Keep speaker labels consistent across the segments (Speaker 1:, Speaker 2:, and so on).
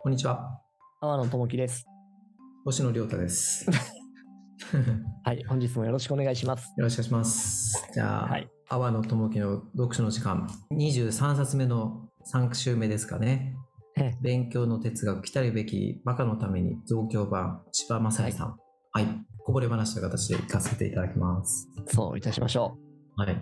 Speaker 1: こんにちは。
Speaker 2: 天野智樹です。
Speaker 1: 星野亮太 です。よ
Speaker 2: はい、本日もよろしくお願いします。
Speaker 1: ろしくお願いします。じゃあ、
Speaker 2: はい、
Speaker 1: 阿波野智樹の読書の時間、23冊目の3週目ですかね
Speaker 2: ええ。
Speaker 1: 勉強の哲学、来たるべきバカのために増強版、千葉雅也さん。はい、こぼれ話という形で行かせていただきます。
Speaker 2: そういたしましょ
Speaker 1: はい。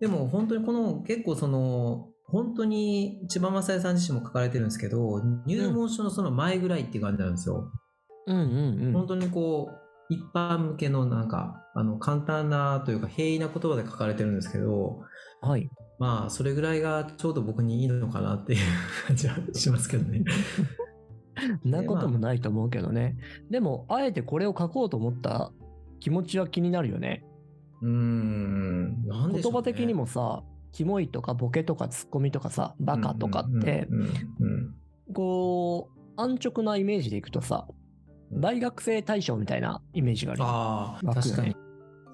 Speaker 1: でも本当にこの結構その本当に千葉雅也さん自身も書かれてるんですけど入門書のその前ぐらいっていう感じなんですよ。
Speaker 2: う。うんうんうん。
Speaker 1: 本当にこう一般向けのなんかあの簡単なというか平易な言葉で書かれてるんですけど
Speaker 2: はい。
Speaker 1: まあそれぐらいがちょうど僕にいいのかなっていう感じはしますけどね。
Speaker 2: なこともないと思うけどね。でも、あえてこれを書こうと思った気持ちは気になるよね。
Speaker 1: うーんなんで
Speaker 2: 言
Speaker 1: しょうね
Speaker 2: 葉的にもさ、キモいとかボケとかツッコミとかさ、バカとかって、
Speaker 1: うんうんうん
Speaker 2: こう、安直なイメージでいくとさ、大学生大賞みたいなイメージがある。
Speaker 1: ああ
Speaker 2: わか
Speaker 1: 確
Speaker 2: るよ
Speaker 1: か
Speaker 2: ね
Speaker 1: に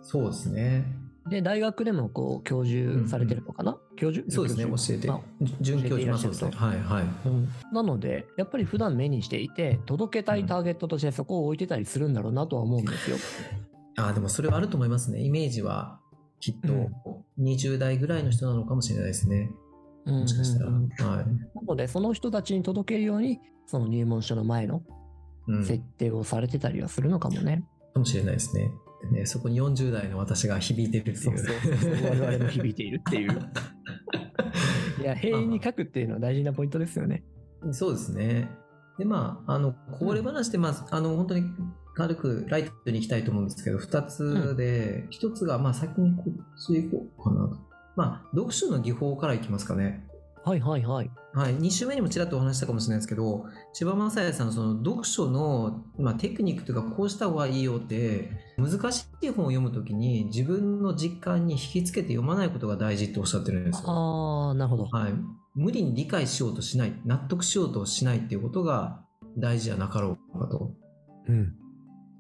Speaker 1: そうですね。
Speaker 2: で、大学でもこう、教授されてるのかな、教授
Speaker 1: そうですね教えて
Speaker 2: まあ
Speaker 1: 準教授まあそうですねはいはい。
Speaker 2: うんなので、やっぱり普段目にしていて、届けたいターゲットとしてそこを置いてたりするんだろうなとは思うんですよ。
Speaker 1: あーでもそれはあると思いますねイメージはきっ
Speaker 2: うん
Speaker 1: と20代ぐらいの人なのかもしれないですね、
Speaker 2: うんうんう
Speaker 1: もしかしたら、
Speaker 2: ん
Speaker 1: はい、
Speaker 2: なので、その人たちに届けるように、その入門書の前の
Speaker 1: うん、
Speaker 2: 設定をされてたりはするのかもね。
Speaker 1: かもしれないですねでねそこに40代の私が響いてるっていう
Speaker 2: 我々も響いているって いう。いや、平易に書くっていうのは大事なポイントですよね。
Speaker 1: そうですね。で、まあ、あの、こぼれ話で、まあ、あの、本当に軽くライトに行きたいと思うんですけど、2つで、1つが、まあ、先にこっち行こうかなと。まあ、読書の技法からいきますかね。
Speaker 2: はいはいはい。
Speaker 1: はい、2週目にもちらっとお話ししたかもしれないですけど、千葉雅也さんのその読書の、まあ、テクニックというか、こうした方がいいよって、難しい本を読むときに、自分の実感に引き付けて読まないことが大事っておっしゃってるんですよ。
Speaker 2: あー、なるほど。
Speaker 1: はい、無理に理解しようとしない納得しようとしないっていうことが大事じゃなかろうかと
Speaker 2: うん。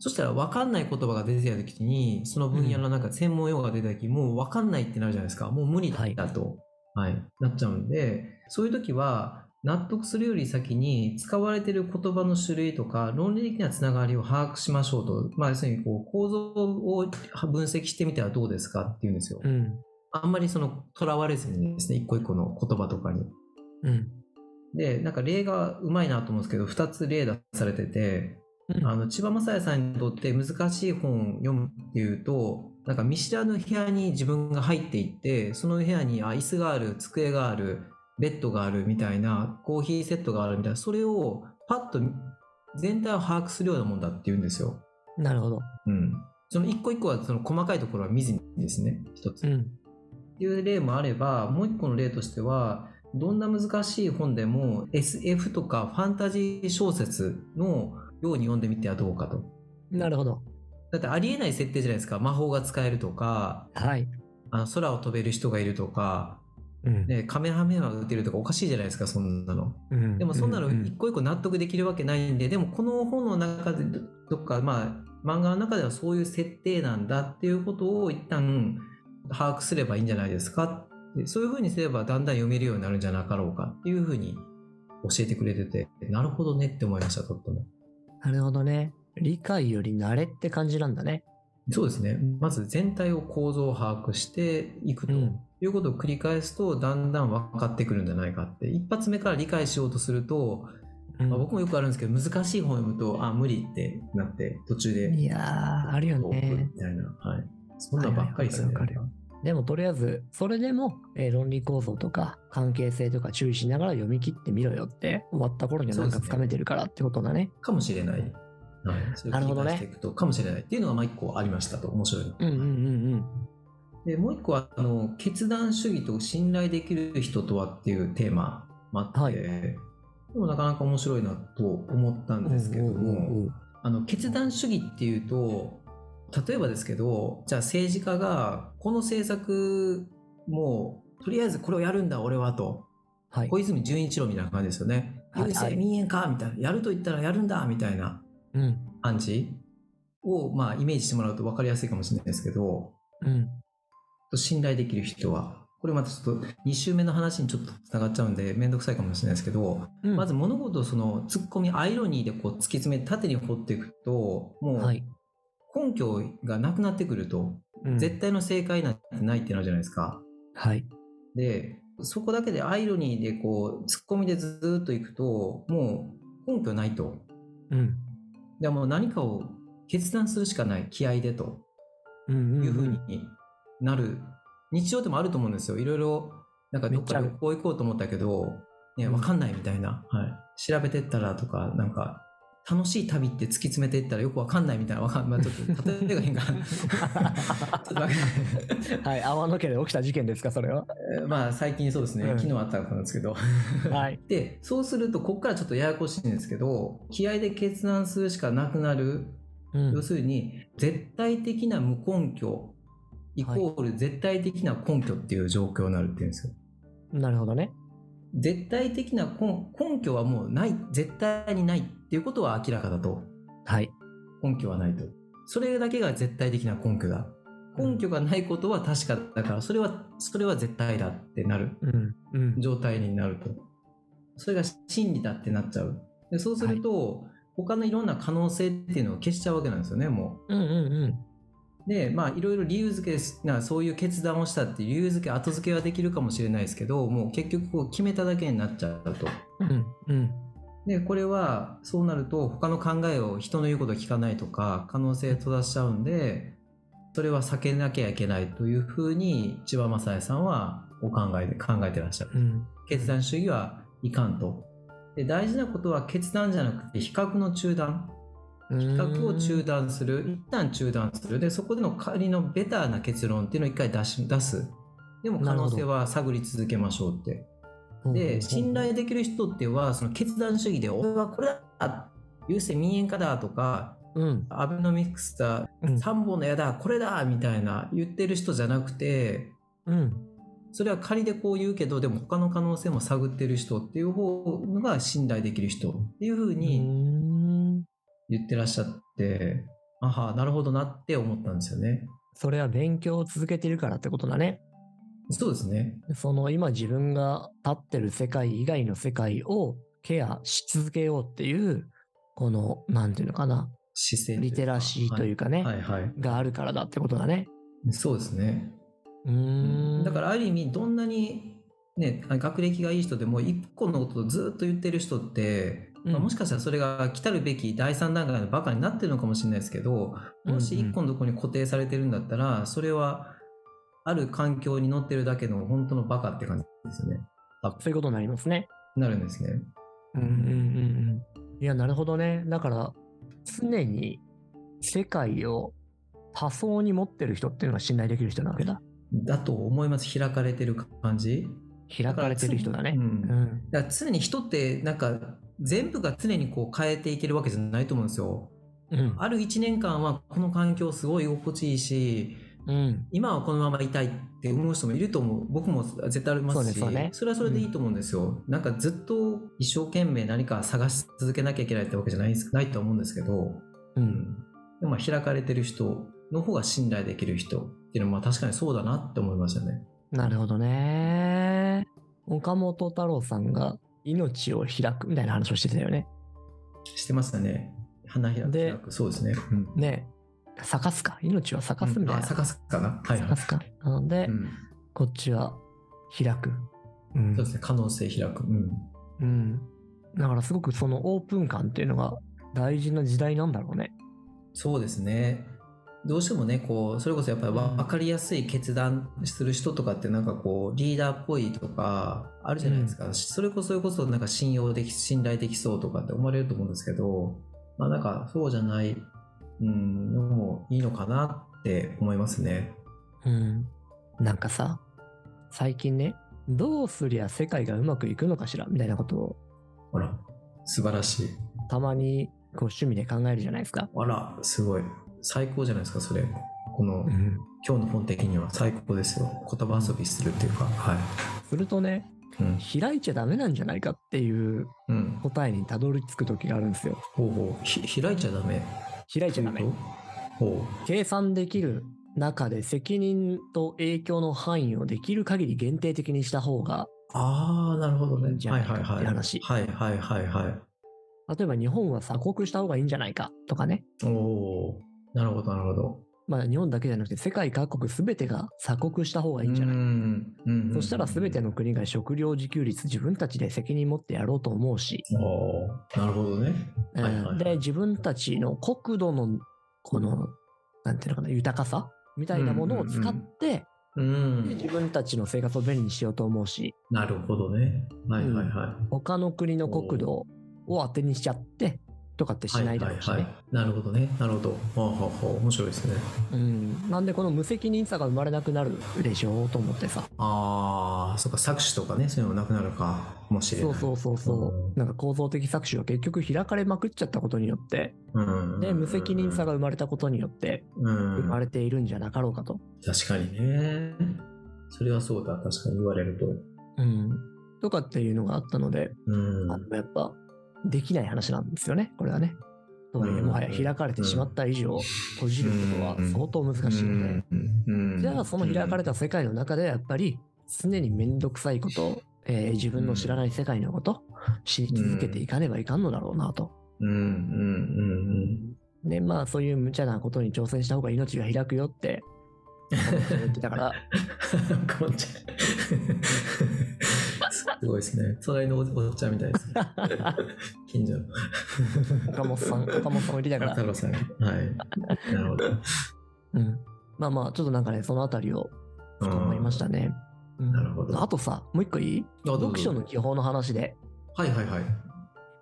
Speaker 1: そしたら分かんない言葉が出てきた時にその分野のなんか専門用語が出た時、もう分かんないってなるじゃないですかもう無理だと、はいなっちゃうんでそういう時は納得するより先に使われてる言葉の種類とか論理的なつながりを把握しましょうと、まあ、要するにこう構造を分析してみてはどうですかっていうんですよ。
Speaker 2: うん。
Speaker 1: あんまりそのとらわれずにですね一個一個の言葉とかに。
Speaker 2: うん。
Speaker 1: でなんか例がうまいなと思うんですけど2つ例出されてて
Speaker 2: うん
Speaker 1: あの千葉雅也さんにとって難しい本を読むっていうとなんか見知らぬ部屋に自分が入っていってその部屋にあ椅子がある机があるベッドがあるみたいなコーヒーセットがあるみたいなそれをパッと全体を把握するようなもんだっていうんですよ。
Speaker 2: なるほど。
Speaker 1: うん、その一個一個はその細かいところは見ずにですね一つ
Speaker 2: う。ん。
Speaker 1: っていう例もあればもう一個の例としてはどんな難しい本でも SF とかファンタジー小説のように読んでみてはどうかと。
Speaker 2: なるほど。
Speaker 1: だってありえない設定じゃないですか魔法が使えるとか
Speaker 2: はい。
Speaker 1: あの空を飛べる人がいるとか、
Speaker 2: うん
Speaker 1: ね、カメハメハが打てるとかおかしいじゃないですかそんなの。
Speaker 2: うん
Speaker 1: でもそんなの
Speaker 2: う
Speaker 1: 一個一個納得できるわけないんででもこの本の中でどどっかまあ漫画の中ではそういう設定なんだっていうことを一旦把握すればいいんじゃないですかでそういうふうにすればだんだん読めるようになるんじゃなかろうかっていうふうに教えてくれててなるほどねって思いましたとっても
Speaker 2: なるほどね。理解より慣れって感じなんだね。
Speaker 1: そうですねまず全体を構造を把握していくと、
Speaker 2: うん
Speaker 1: いうことを繰り返すとだんだん分かってくるんじゃないかって一発目から理解しようとすると
Speaker 2: うん
Speaker 1: まあ、僕もよくあるんですけど難しい本読むとあ無理ってなって途中で
Speaker 2: いやー、あるよね。
Speaker 1: みたいな、はい、そんなんばっかりですよね
Speaker 2: はいはいわでもとりあえず、それでも、えー論理構造とか関係性とか注意しながら読み切ってみろよって、終わった頃にはなん
Speaker 1: そ
Speaker 2: か
Speaker 1: うですね
Speaker 2: つかめてるからってことだね。
Speaker 1: かもしれない、はい、それを
Speaker 2: なるほ
Speaker 1: 繰
Speaker 2: ど
Speaker 1: り
Speaker 2: ね
Speaker 1: 返していくと、かもしれないっていうのがまあ一個ありましたと面白いの、
Speaker 2: うんうんうんうん。
Speaker 1: でもう一個はあの決断主義と信頼できる人とはっていうテーマもあって、
Speaker 2: はい
Speaker 1: でもなかなか面白いなと思ったんですけども、
Speaker 2: うん
Speaker 1: あの決断主義っていうと例えばですけどじゃあ政治家がこの政策もうとりあえずこれをやるんだ俺はと
Speaker 2: はい。
Speaker 1: 小泉純一郎みたいな感じですよね
Speaker 2: はい
Speaker 1: 郵政民営化みたいなやると言ったらやるんだみたいな
Speaker 2: うん。
Speaker 1: 感じをまあイメージしてもらうと分かりやすいかもしれないですけど
Speaker 2: うん。
Speaker 1: 信頼できる人はこれまたちょっと2週目の話にちょっとつながっちゃうんで面倒くさいかもしれないですけど、
Speaker 2: うん
Speaker 1: まず物事をそのツッコミアイロニーでこう突き詰め縦に掘っていくともう
Speaker 2: はい。
Speaker 1: 根拠がなくなってくると、
Speaker 2: うん
Speaker 1: 絶対の正解なんてないってなるじゃないですか。
Speaker 2: はい。
Speaker 1: でそこだけでアイロニーでこうツッコミでずーっといくともう根拠ないと。
Speaker 2: うん。
Speaker 1: でもう何かを決断するしかない気合でと
Speaker 2: うんうんうん
Speaker 1: いうふうになる、日常でもあると思うんですよいろいろなんかどっか旅
Speaker 2: めっち
Speaker 1: 行行こうと思ったけど、ね、
Speaker 2: うん
Speaker 1: 分かんないみたいな、はい、調べてったらとかなんか楽しい旅って突き詰めていったらよく分かんないみたいなわかん、まあ、ちょっと例えが変かちょ っとわかんない
Speaker 2: はい。泡の毛で起きた事件ですか、それ は。
Speaker 1: まあ最近そうですね、
Speaker 2: うん
Speaker 1: 昨日あったことなんですけど
Speaker 2: はい。
Speaker 1: でそうするとここからちょっとややこしいんですけど気合で決断するしかなくなる
Speaker 2: うん
Speaker 1: 要するに絶対的な無根拠イコール絶対的な根拠っていう状況になるっていうんですよ。
Speaker 2: なるほどね。
Speaker 1: 絶対的な根根拠はもうない絶対にないっていうことは明らかだと
Speaker 2: はい。
Speaker 1: 根拠はないとそれだけが絶対的な根拠だ根拠がないことは確かだからそれはそれは絶対だってなる
Speaker 2: うん。うん。
Speaker 1: 状態になるとそれが真理だってなっちゃうでそうすると、他のいろんな可能性っていうのを消しちゃうわけなんですよねもう
Speaker 2: うんうん
Speaker 1: でまあいろいろ理由付けですなそういう決断をしたっていう理由付け後付けはできるかもしれないですけどもう結局こう決めただけになっちゃうと。
Speaker 2: うん。うん。うん。
Speaker 1: でこれはそうなると他の考えを人の言うことを聞かないとか可能性を閉ざしちゃうんでそれは避けなきゃいけないというふうに千葉雅恵さんはお考えで考えてらっしゃる。
Speaker 2: うん。
Speaker 1: 決断主義はいかんと。で大事なことは決断じゃなくて比較の中断
Speaker 2: 比
Speaker 1: 比較を中断する一旦中断するでそこでの仮のベターな結論っていうのを一回出し出すでも可能性は探り続けましょうってで信頼できる人ってはその決断主義で「俺はこれだ!」優勢民営化だとか
Speaker 2: うん。
Speaker 1: アベノミクスだ
Speaker 2: うん
Speaker 1: 三本の矢だこれだみたいな言ってる人じゃなくて
Speaker 2: うん。
Speaker 1: それは仮でこう言うけどでも他の可能性も探ってる人っていう方が信頼できる人っていうふうに、
Speaker 2: うん
Speaker 1: 言ってらっしゃって、あはなるほどなって思ったんですよね。
Speaker 2: それは勉強を続けてるからってことだね。
Speaker 1: そうですね。
Speaker 2: その今自分が立ってる世界以外の世界をケアし続けようっていう、この、なんていうのかな、
Speaker 1: 姿勢という
Speaker 2: リ
Speaker 1: か
Speaker 2: テラシーというかね、
Speaker 1: はい、はい、は
Speaker 2: があるからだってことだね。
Speaker 1: い。そうですね。
Speaker 2: うーん。
Speaker 1: だからある意味どんなにね、学歴がいい人でも一個のことをずっと言ってる人って、
Speaker 2: うん
Speaker 1: まあ、もしかしたらそれが来たるべき第三段階のバカになってるのかもしれないですけどもし一個のとこに固定されてるんだったらそれはある環境に乗ってるだけの本当のバカって感じですよね。
Speaker 2: そういうことになりますね。
Speaker 1: なるんですね。
Speaker 2: うんうんうんうん。いや、なるほどね。だから、常に世界を多層に持ってる人っていうのが信頼できる人なわけだ。
Speaker 1: だと思います開かれてる感じ。
Speaker 2: 開かれてる人だね
Speaker 1: う。ん
Speaker 2: うん。
Speaker 1: だから常に人ってなんか全部が常にこう変えていけるわけじゃないと思うんですよ。
Speaker 2: うん。
Speaker 1: ある1年間はこの環境すごい居心地いいし
Speaker 2: うん。
Speaker 1: 今はこのままいたいって思う人もいると思う僕も絶対ありますし
Speaker 2: そうねそうね
Speaker 1: れはそれでいいと思うんですよ。なんかずっと一生懸命何か探し続けなきゃいけないってわけじゃないですないと思うんですけど、
Speaker 2: う。
Speaker 1: うんん、でもまあ開かれてる人の方が信頼できる人っていうのはまあ確かにそうだなって思いましたね。
Speaker 2: なるほどね。岡本太郎さんが命を開くみたいな話をしてたよね。
Speaker 1: してましたね。花開く
Speaker 2: で
Speaker 1: 開くそうですね。うん
Speaker 2: ね。咲かすか命は咲かすみたい
Speaker 1: あ
Speaker 2: な。
Speaker 1: 咲かすかな。はい
Speaker 2: 咲
Speaker 1: はい
Speaker 2: かすか。なので、
Speaker 1: うん
Speaker 2: こっちは開く。うん
Speaker 1: そうですね、可能性開く。うん、
Speaker 2: うん。だからすごくそのオープン感っていうのが大事な時代なんだろうね。
Speaker 1: そうですね。どうしてもね、こう、それこそやっぱり
Speaker 2: うん
Speaker 1: 分かりやすい決断する人とかってなんかこう、リーダーっぽいとか、あるじゃないですか。それこそ、それこそなんか信用でき、信頼できそうとかって思われると思うんですけど、まあなんかそうじゃない、うん、のもいいのかなって思いますね。
Speaker 2: うん。なんかさ、最近ね、どうすりゃ世界がうまくいくのかしらみたいなことを
Speaker 1: あら、素晴らしい。
Speaker 2: たまにこう趣味で考えるじゃないですか。
Speaker 1: あら、すごい。最高じゃないですか、それ。この、
Speaker 2: うん。
Speaker 1: 今日の本的には最高ですよ。言葉遊びするっていうか、はい。
Speaker 2: するとね、
Speaker 1: うん。
Speaker 2: 開いちゃダメなんじゃないかっていう
Speaker 1: うん。
Speaker 2: 答えにたどり着く時があるんですよ。
Speaker 1: ほうほう。ひ開いちゃダメ。
Speaker 2: 開いちゃダメ。
Speaker 1: ほう。
Speaker 2: 計算できる中で責任と影響の範囲をできる限り限定的にした方が、
Speaker 1: ああ、なるほど
Speaker 2: いい
Speaker 1: ね
Speaker 2: ん。じゃ
Speaker 1: は
Speaker 2: ないい
Speaker 1: は
Speaker 2: か
Speaker 1: いは
Speaker 2: っ
Speaker 1: い。
Speaker 2: て話
Speaker 1: はいはいはいはい。
Speaker 2: 例えば日本は鎖国した方がいいんじゃないかとかね。
Speaker 1: おおー、なるほどなるほど。
Speaker 2: まあ日本だけじゃなくて世界各国全てが鎖国した方がいいんじゃないか。
Speaker 1: うんうんうんうん
Speaker 2: そしたら全ての国が食料自給率自分たちで責任持ってやろうと思うし、
Speaker 1: おーなるほどね。はいはいはい
Speaker 2: うんで自分たちの国土のこのなんていうのかな豊かさみたいなものを使って、
Speaker 1: う
Speaker 2: で
Speaker 1: ん。
Speaker 2: 自分たちの生活を便利にしようと思うし
Speaker 1: なるほどね。はいはいは
Speaker 2: 他の国の国土を当てにしちゃってとかって
Speaker 1: い。
Speaker 2: しないだろうし
Speaker 1: は
Speaker 2: ね
Speaker 1: は。はい。なるほどね。なるほど。ほうほうほう。面白いですね。
Speaker 2: うんなんでこの無責任さが生まれなくなるでしょうと思ってさ。
Speaker 1: ああ、そっか、搾取とかね、そういうのなくなるかもしれない。。
Speaker 2: そうそうそうそううんなんか構造的搾取が結局開かれまくっちゃったことによって、
Speaker 1: うんうんうん
Speaker 2: で、無責任さが生まれたことによって
Speaker 1: うん
Speaker 2: 生まれているんじゃなかろうかと。
Speaker 1: 確かにね。それはそうだ、確かに言われると。
Speaker 2: うん。とかっていうのがあったので、
Speaker 1: うん。
Speaker 2: あのやっぱ、できない話なんですよね、これはね。とはいえ、
Speaker 1: うん
Speaker 2: もはや開かれてしまった以上、閉じることは相当難しいので、
Speaker 1: うん
Speaker 2: じゃあその開かれた世界の中でやっぱり常に面倒くさいこと、えー自分の知らない世界のこと知り続けていかねばいかんのだろうなと。
Speaker 1: うんうんうん
Speaker 2: でまあそういう無茶なことに挑戦した方が命が開くよって言って たから
Speaker 1: うん。かぼちゃ。すごいですね。隣のおおっちゃんみたいですね。近所の。
Speaker 2: 岡本さん岡本さんも言ってたから
Speaker 1: 太、郎さん。はい。なるほど。
Speaker 2: うん、まあまあちょっとなんかねそのあたりを
Speaker 1: うん
Speaker 2: 思いましたね。うん
Speaker 1: なるほど
Speaker 2: あとさもう一個いい
Speaker 1: あどうぞ
Speaker 2: 読書の基本の話で
Speaker 1: はいはいはい。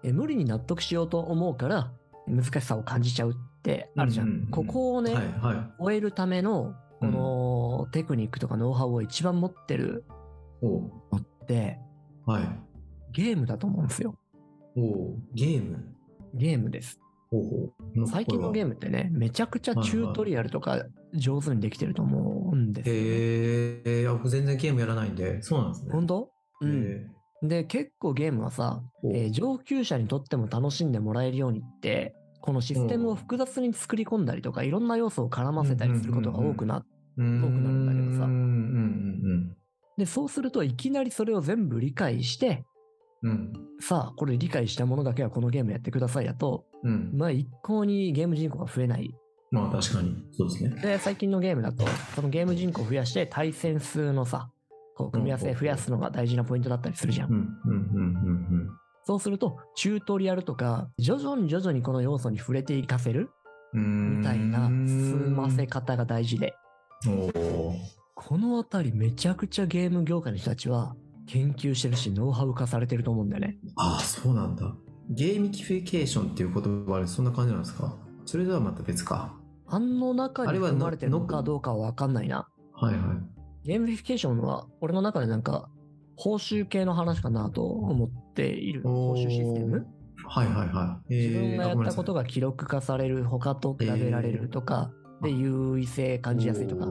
Speaker 2: え無理に納得しようと思うから難しさを感じちゃうってあるじゃん。
Speaker 1: うんうんうん
Speaker 2: ここをね、
Speaker 1: はいはい。
Speaker 2: 終えるためのこのテクニックとかノウハウを一番持ってる
Speaker 1: おう
Speaker 2: のって
Speaker 1: はい。
Speaker 2: ゲームだと思うんですよ。
Speaker 1: おうゲーム。
Speaker 2: ゲームです。
Speaker 1: ほうほう
Speaker 2: 最近のゲー
Speaker 1: ム。
Speaker 2: ムってね、めちゃくちゃチュートリアルとか上手にできてると思うんですよね、
Speaker 1: へえ、僕全然ゲームやらないんで、そうなんですね。
Speaker 2: 本当う
Speaker 1: へ
Speaker 2: ん。
Speaker 1: え
Speaker 2: で、結構ゲームはさ、
Speaker 1: おう
Speaker 2: えー上級者にとっても楽しんでもらえるようにって、このシステムを複雑に作り込んだりとか、いろんな要素を絡ませたりすることが多くなって、
Speaker 1: 多く
Speaker 2: くなるんだけどさ
Speaker 1: うんうん
Speaker 2: で、そうするといきなりそれを全部理解して、
Speaker 1: うんうん。
Speaker 2: さあ、これ理解したものだけはこのゲームやってくださいだと、
Speaker 1: うん。うん。
Speaker 2: まあ一向にゲーム人口が増えない。
Speaker 1: まあ確かに、そうですね。
Speaker 2: で、最近のゲームだと、そのゲーム人口を増やして対戦数のさ、こう組み合わせ増やすのが大事なポイントだったりするじゃ
Speaker 1: うん
Speaker 2: ん。
Speaker 1: うんうん
Speaker 2: そうすると、チュートリアルとか、徐々に徐々にこの要素に触れていかせる
Speaker 1: うんうん。
Speaker 2: みたいな進ませ
Speaker 1: か。
Speaker 2: 方が大事で、
Speaker 1: おおー。
Speaker 2: このあたりめちゃくちゃゲーム業界の人たちは研究してるし、ノウハウ化されてると思うんだよね。
Speaker 1: ああ、そうなんだ。ゲーミキフィケーションっていう言葉はそんな感じなんですかそれとはまた別か。
Speaker 2: あの中
Speaker 1: あ
Speaker 2: に
Speaker 1: れは
Speaker 2: 含まれてるの
Speaker 1: ノ
Speaker 2: か
Speaker 1: ック
Speaker 2: どうかはわかんないな。
Speaker 1: はいはい。
Speaker 2: ゲームフィケーションは、俺の中でなんか、報酬系の話かなと思っている。報酬システム
Speaker 1: おーはいはいはい。
Speaker 2: 自分がやったこと
Speaker 1: が
Speaker 2: が記録化される、他と比べられるとか、で、優位性感じやすいとか。。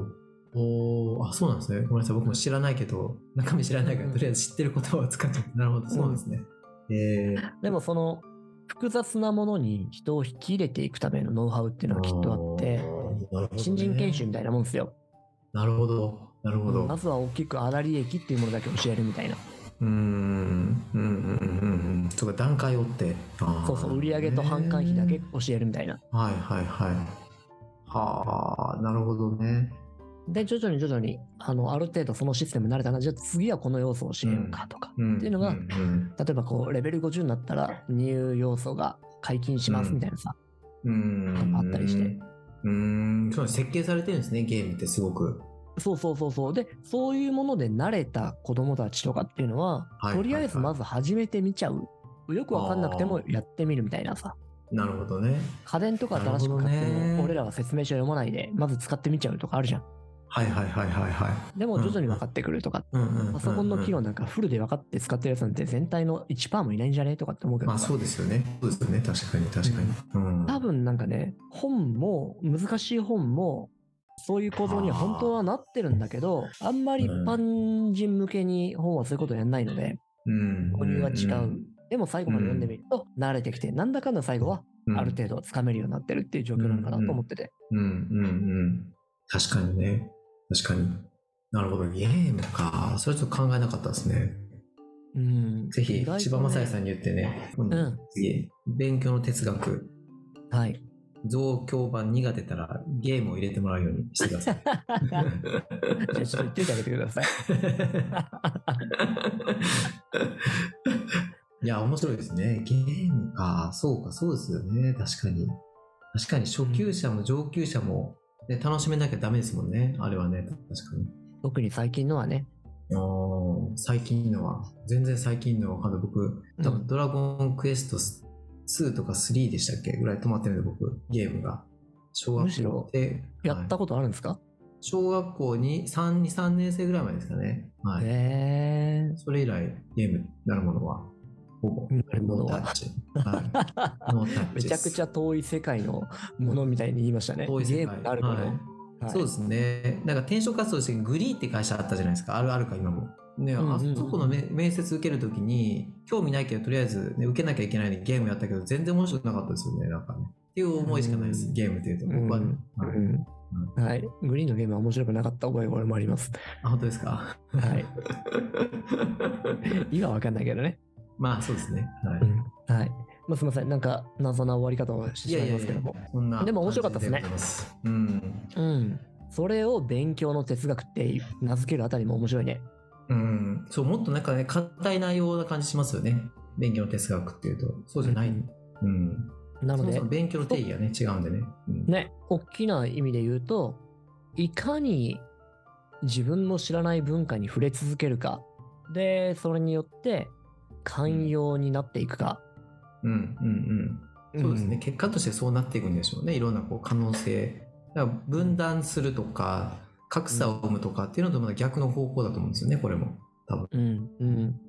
Speaker 1: おおーあ、そうなんですね。ごめんなさい。僕も知らないけど、中身知らないから、
Speaker 2: うん
Speaker 1: とりあえず知ってる言葉を使って、なるほど、そうなんですね。えー
Speaker 2: でもその、複雑なものに人を引き入れていくためのノウハウっていうのはきっとあって、
Speaker 1: あー、なるほどね
Speaker 2: 新人研修みたいなもんですよ。
Speaker 1: なるほど、なるほど。
Speaker 2: まずは大きく粗利益っていうものだけ教えるみたいな。
Speaker 1: うーん、うん、うん、うん、うん。とか、段階を追って。あー
Speaker 2: そうそう、売上と販管費だけ教えるみたいな。
Speaker 1: はいはいはい。はあ、なるほどね。
Speaker 2: で、徐々に徐々に、あの、ある程度そのシステムに慣れたな、じゃあ次はこの要素を教えようかとか。
Speaker 1: うん、
Speaker 2: っていうのが
Speaker 1: んん
Speaker 2: 例えばこう、レベル50になったら、入要素が解禁しますみたいなさ。
Speaker 1: うん、
Speaker 2: あったりして。
Speaker 1: うーん、そう設計されてるんですね、ゲームってすごく。
Speaker 2: そうそうそうそう。で、そういうもので慣れた子供たちとかっていうのは、
Speaker 1: はい
Speaker 2: とりあえずまず始めてみちゃう。よくわかんなくても
Speaker 1: あ
Speaker 2: やってみるみたいなさ。
Speaker 1: なるほどね。
Speaker 2: 家電とか新しく買って
Speaker 1: なるほど
Speaker 2: も、
Speaker 1: ね
Speaker 2: 俺らは説明書読まないで、まず使ってみちゃうとかあるじゃん。
Speaker 1: はいはいはいはいはい。
Speaker 2: でも徐々に分かってくるとか。
Speaker 1: うんうんうんうん
Speaker 2: パソコンの機能なんかフルで分かって使ってるやつなんて全体の1%もいないんじゃねとかって思うけど
Speaker 1: まあ
Speaker 2: さ
Speaker 1: そうですよね。そうですよね。確かに確かに。うん。
Speaker 2: 多分なんかね、本も、難しい本も、そういう構造には本当はなってるんだけど、あんまり一般人向けに本はそういうことやんないので、
Speaker 1: うん。
Speaker 2: 購入は違う。でも最後まで読んでみると、慣れてきて、なんだかんだ最後は
Speaker 1: うん
Speaker 2: ある程度つかめるようになってるっていう状況なのかなと思ってて。
Speaker 1: うんうんうん。確かにね。確かに。なるほど。ゲームか。それちょっと考えなかったですね。
Speaker 2: うん。
Speaker 1: ぜひ、
Speaker 2: 意外とね
Speaker 1: 千葉雅也さんに言ってね、今
Speaker 2: う
Speaker 1: 度
Speaker 2: ん。
Speaker 1: 次、勉強の哲学、
Speaker 2: はい。
Speaker 1: 増強版2が出たらゲームを入れてもらうようにしてください。
Speaker 2: じゃあち ょっと言っててあげてくだ さい。
Speaker 1: いや、面白いですね。ゲームか。そうか、そうですよね。確かに。確かに、初級者も上級者も、ね、楽しめなきゃダメですもんね。あれはね、確かに。
Speaker 2: 特に最近のはね。
Speaker 1: あー最近のは、全然最近のは、あの僕、多
Speaker 2: う
Speaker 1: 分
Speaker 2: ん
Speaker 1: ドラゴンクエスト2とか3でしたっけぐらい止まってるんで、僕、ゲームが。小
Speaker 2: む
Speaker 1: 学
Speaker 2: しろ
Speaker 1: 校で、
Speaker 2: やった
Speaker 1: はい
Speaker 2: ことあるんですか、
Speaker 1: 小学校に3、3年生ぐらいまでですかね。はい。
Speaker 2: へえ。
Speaker 1: それ以来、ゲームなるものは、ほぼ、
Speaker 2: なるものは
Speaker 1: ノータッ チ。はい、ノータッチ
Speaker 2: めちゃくち
Speaker 1: ゃ
Speaker 2: ゃ遠い世界のものみたいに言いましたね。
Speaker 1: 遠い世界
Speaker 2: ゲームがあるもの。
Speaker 1: はい
Speaker 2: はい
Speaker 1: そうですね。なんか転職活動してグリーって会社あったじゃないですか。あるあるか今も。ね、
Speaker 2: うんうんうん
Speaker 1: あそこのめ面接受けるときに、興味ないけど、とりあえず、ね、受けなきゃいけないのにゲームやったけど、全然面白くなかったですよね、なんかね。っていう思いしかないです、
Speaker 2: うん
Speaker 1: ゲームっていうと。僕はね、
Speaker 2: う
Speaker 1: はい
Speaker 2: んはい。グリーンのゲームは面白くなかった覚え俺もあ ります。
Speaker 1: あ、本当ですか。
Speaker 2: はい。今はわかんないけどね。
Speaker 1: まあ、そうですね。はい。
Speaker 2: うんはい。まあ、すみません。なんか謎な終わり方をして
Speaker 1: い
Speaker 2: し
Speaker 1: や
Speaker 2: ま
Speaker 1: い
Speaker 2: い
Speaker 1: や
Speaker 2: ま
Speaker 1: い
Speaker 2: す
Speaker 1: や
Speaker 2: けども。、
Speaker 1: そんな。
Speaker 2: でも面白かったですね。
Speaker 1: うん。
Speaker 2: うん。それを勉強の哲学って名付けるあたりも面白いね。
Speaker 1: うん、そうもっとなんかね硬い内容な感じしますよね勉強の哲学っていうとそうじゃない、うん
Speaker 2: なの
Speaker 1: そも
Speaker 2: で
Speaker 1: そも、勉強の定義がね違うんでね、うん
Speaker 2: ね、大きな意味で言うと、いかに自分の知らない文化に触れ続けるか。で、それによって寛容になっていくか。
Speaker 1: うんうんうんそうですね、結果としてそうなっていくんでしょうねいろんなこう可能性だから分断するとか格差を生むとかっていうのとまた逆の方向だと思うんですよねこれも多分
Speaker 2: うん。うん。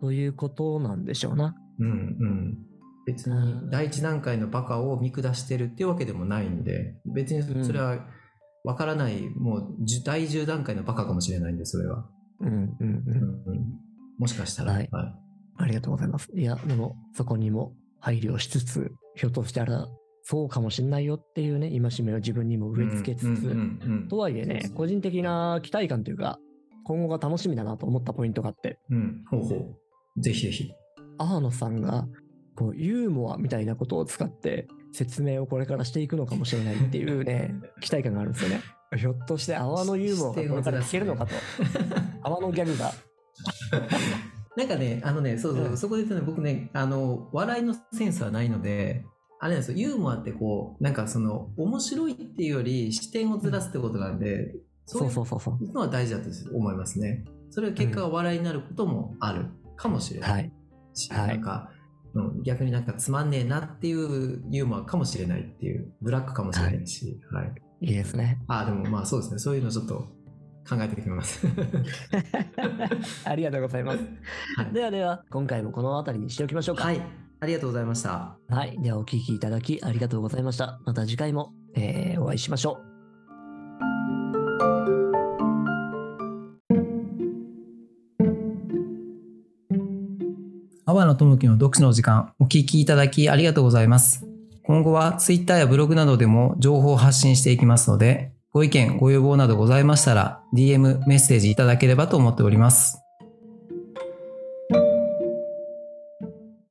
Speaker 2: ということなんでしょうな。
Speaker 1: うんうん別
Speaker 2: う
Speaker 1: に
Speaker 2: ん
Speaker 1: 第一段階のバカを見下してるっていうわけでもないんで別にそれは分からない、もうじゅ第10段階のバカかもしれないんでそれは
Speaker 2: うんうんうん。
Speaker 1: うんもしかしたら、
Speaker 2: はい
Speaker 1: はい
Speaker 2: ありがとうございます。いや、でも、そこにも配慮しつつ、ひょっとしたら、そうかもしんないよっていうね、戒めを自分にも植え付けつ
Speaker 1: うんう
Speaker 2: つ、
Speaker 1: んうんうん
Speaker 2: とはい
Speaker 1: そ
Speaker 2: え
Speaker 1: うで
Speaker 2: ね
Speaker 1: す、
Speaker 2: 個人的な期待感というか、今後が楽しみだなと思ったポイントがあって、
Speaker 1: うん、ほうほうぜひぜひ
Speaker 2: アーノさんが、こう、ユーモアみたいなことを使って、説明をこれからしていくのかもしれないっていう ね、期待感があるんですよね。ひょっとして泡のユーモアがこれから聞けるのかと、泡のギャグが。
Speaker 1: なんかねあのねそうそう、
Speaker 2: うん
Speaker 1: そこで言うとね僕ねあの笑いのセンスはないのであれなんですよユーモアってこうなんかその面白いっていうより視点をずらすってことなんで、そ
Speaker 2: そうう
Speaker 1: い
Speaker 2: そうそうそう。
Speaker 1: うのは大事だと思いますねそれが結果が笑いになることもあるかもしれない、
Speaker 2: はい。
Speaker 1: し、
Speaker 2: はい
Speaker 1: なんか、うん、逆になんかつまんねえなっていうユーモアかもしれないっていうブラックかもしれないし、はい、
Speaker 2: いいですね。
Speaker 1: あでもまあそうですねそういうのちょっと考えてき ます。
Speaker 2: ありがとうございます。
Speaker 1: はい
Speaker 2: ではでは、今回もこの辺りにしておきましょうか。
Speaker 1: はい、ありがとうございました。
Speaker 2: はい。では、お聞きいただきありがとうございました。また次回も、えーお会いしましょう。
Speaker 1: 阿波野智樹の読書の時間、お聞きいただきありがとうございます。今後は Twitter やブログなどでも情報を発信していきますので、ご意見、ご要望などございましたら、DM、メッセージいただければと思っております。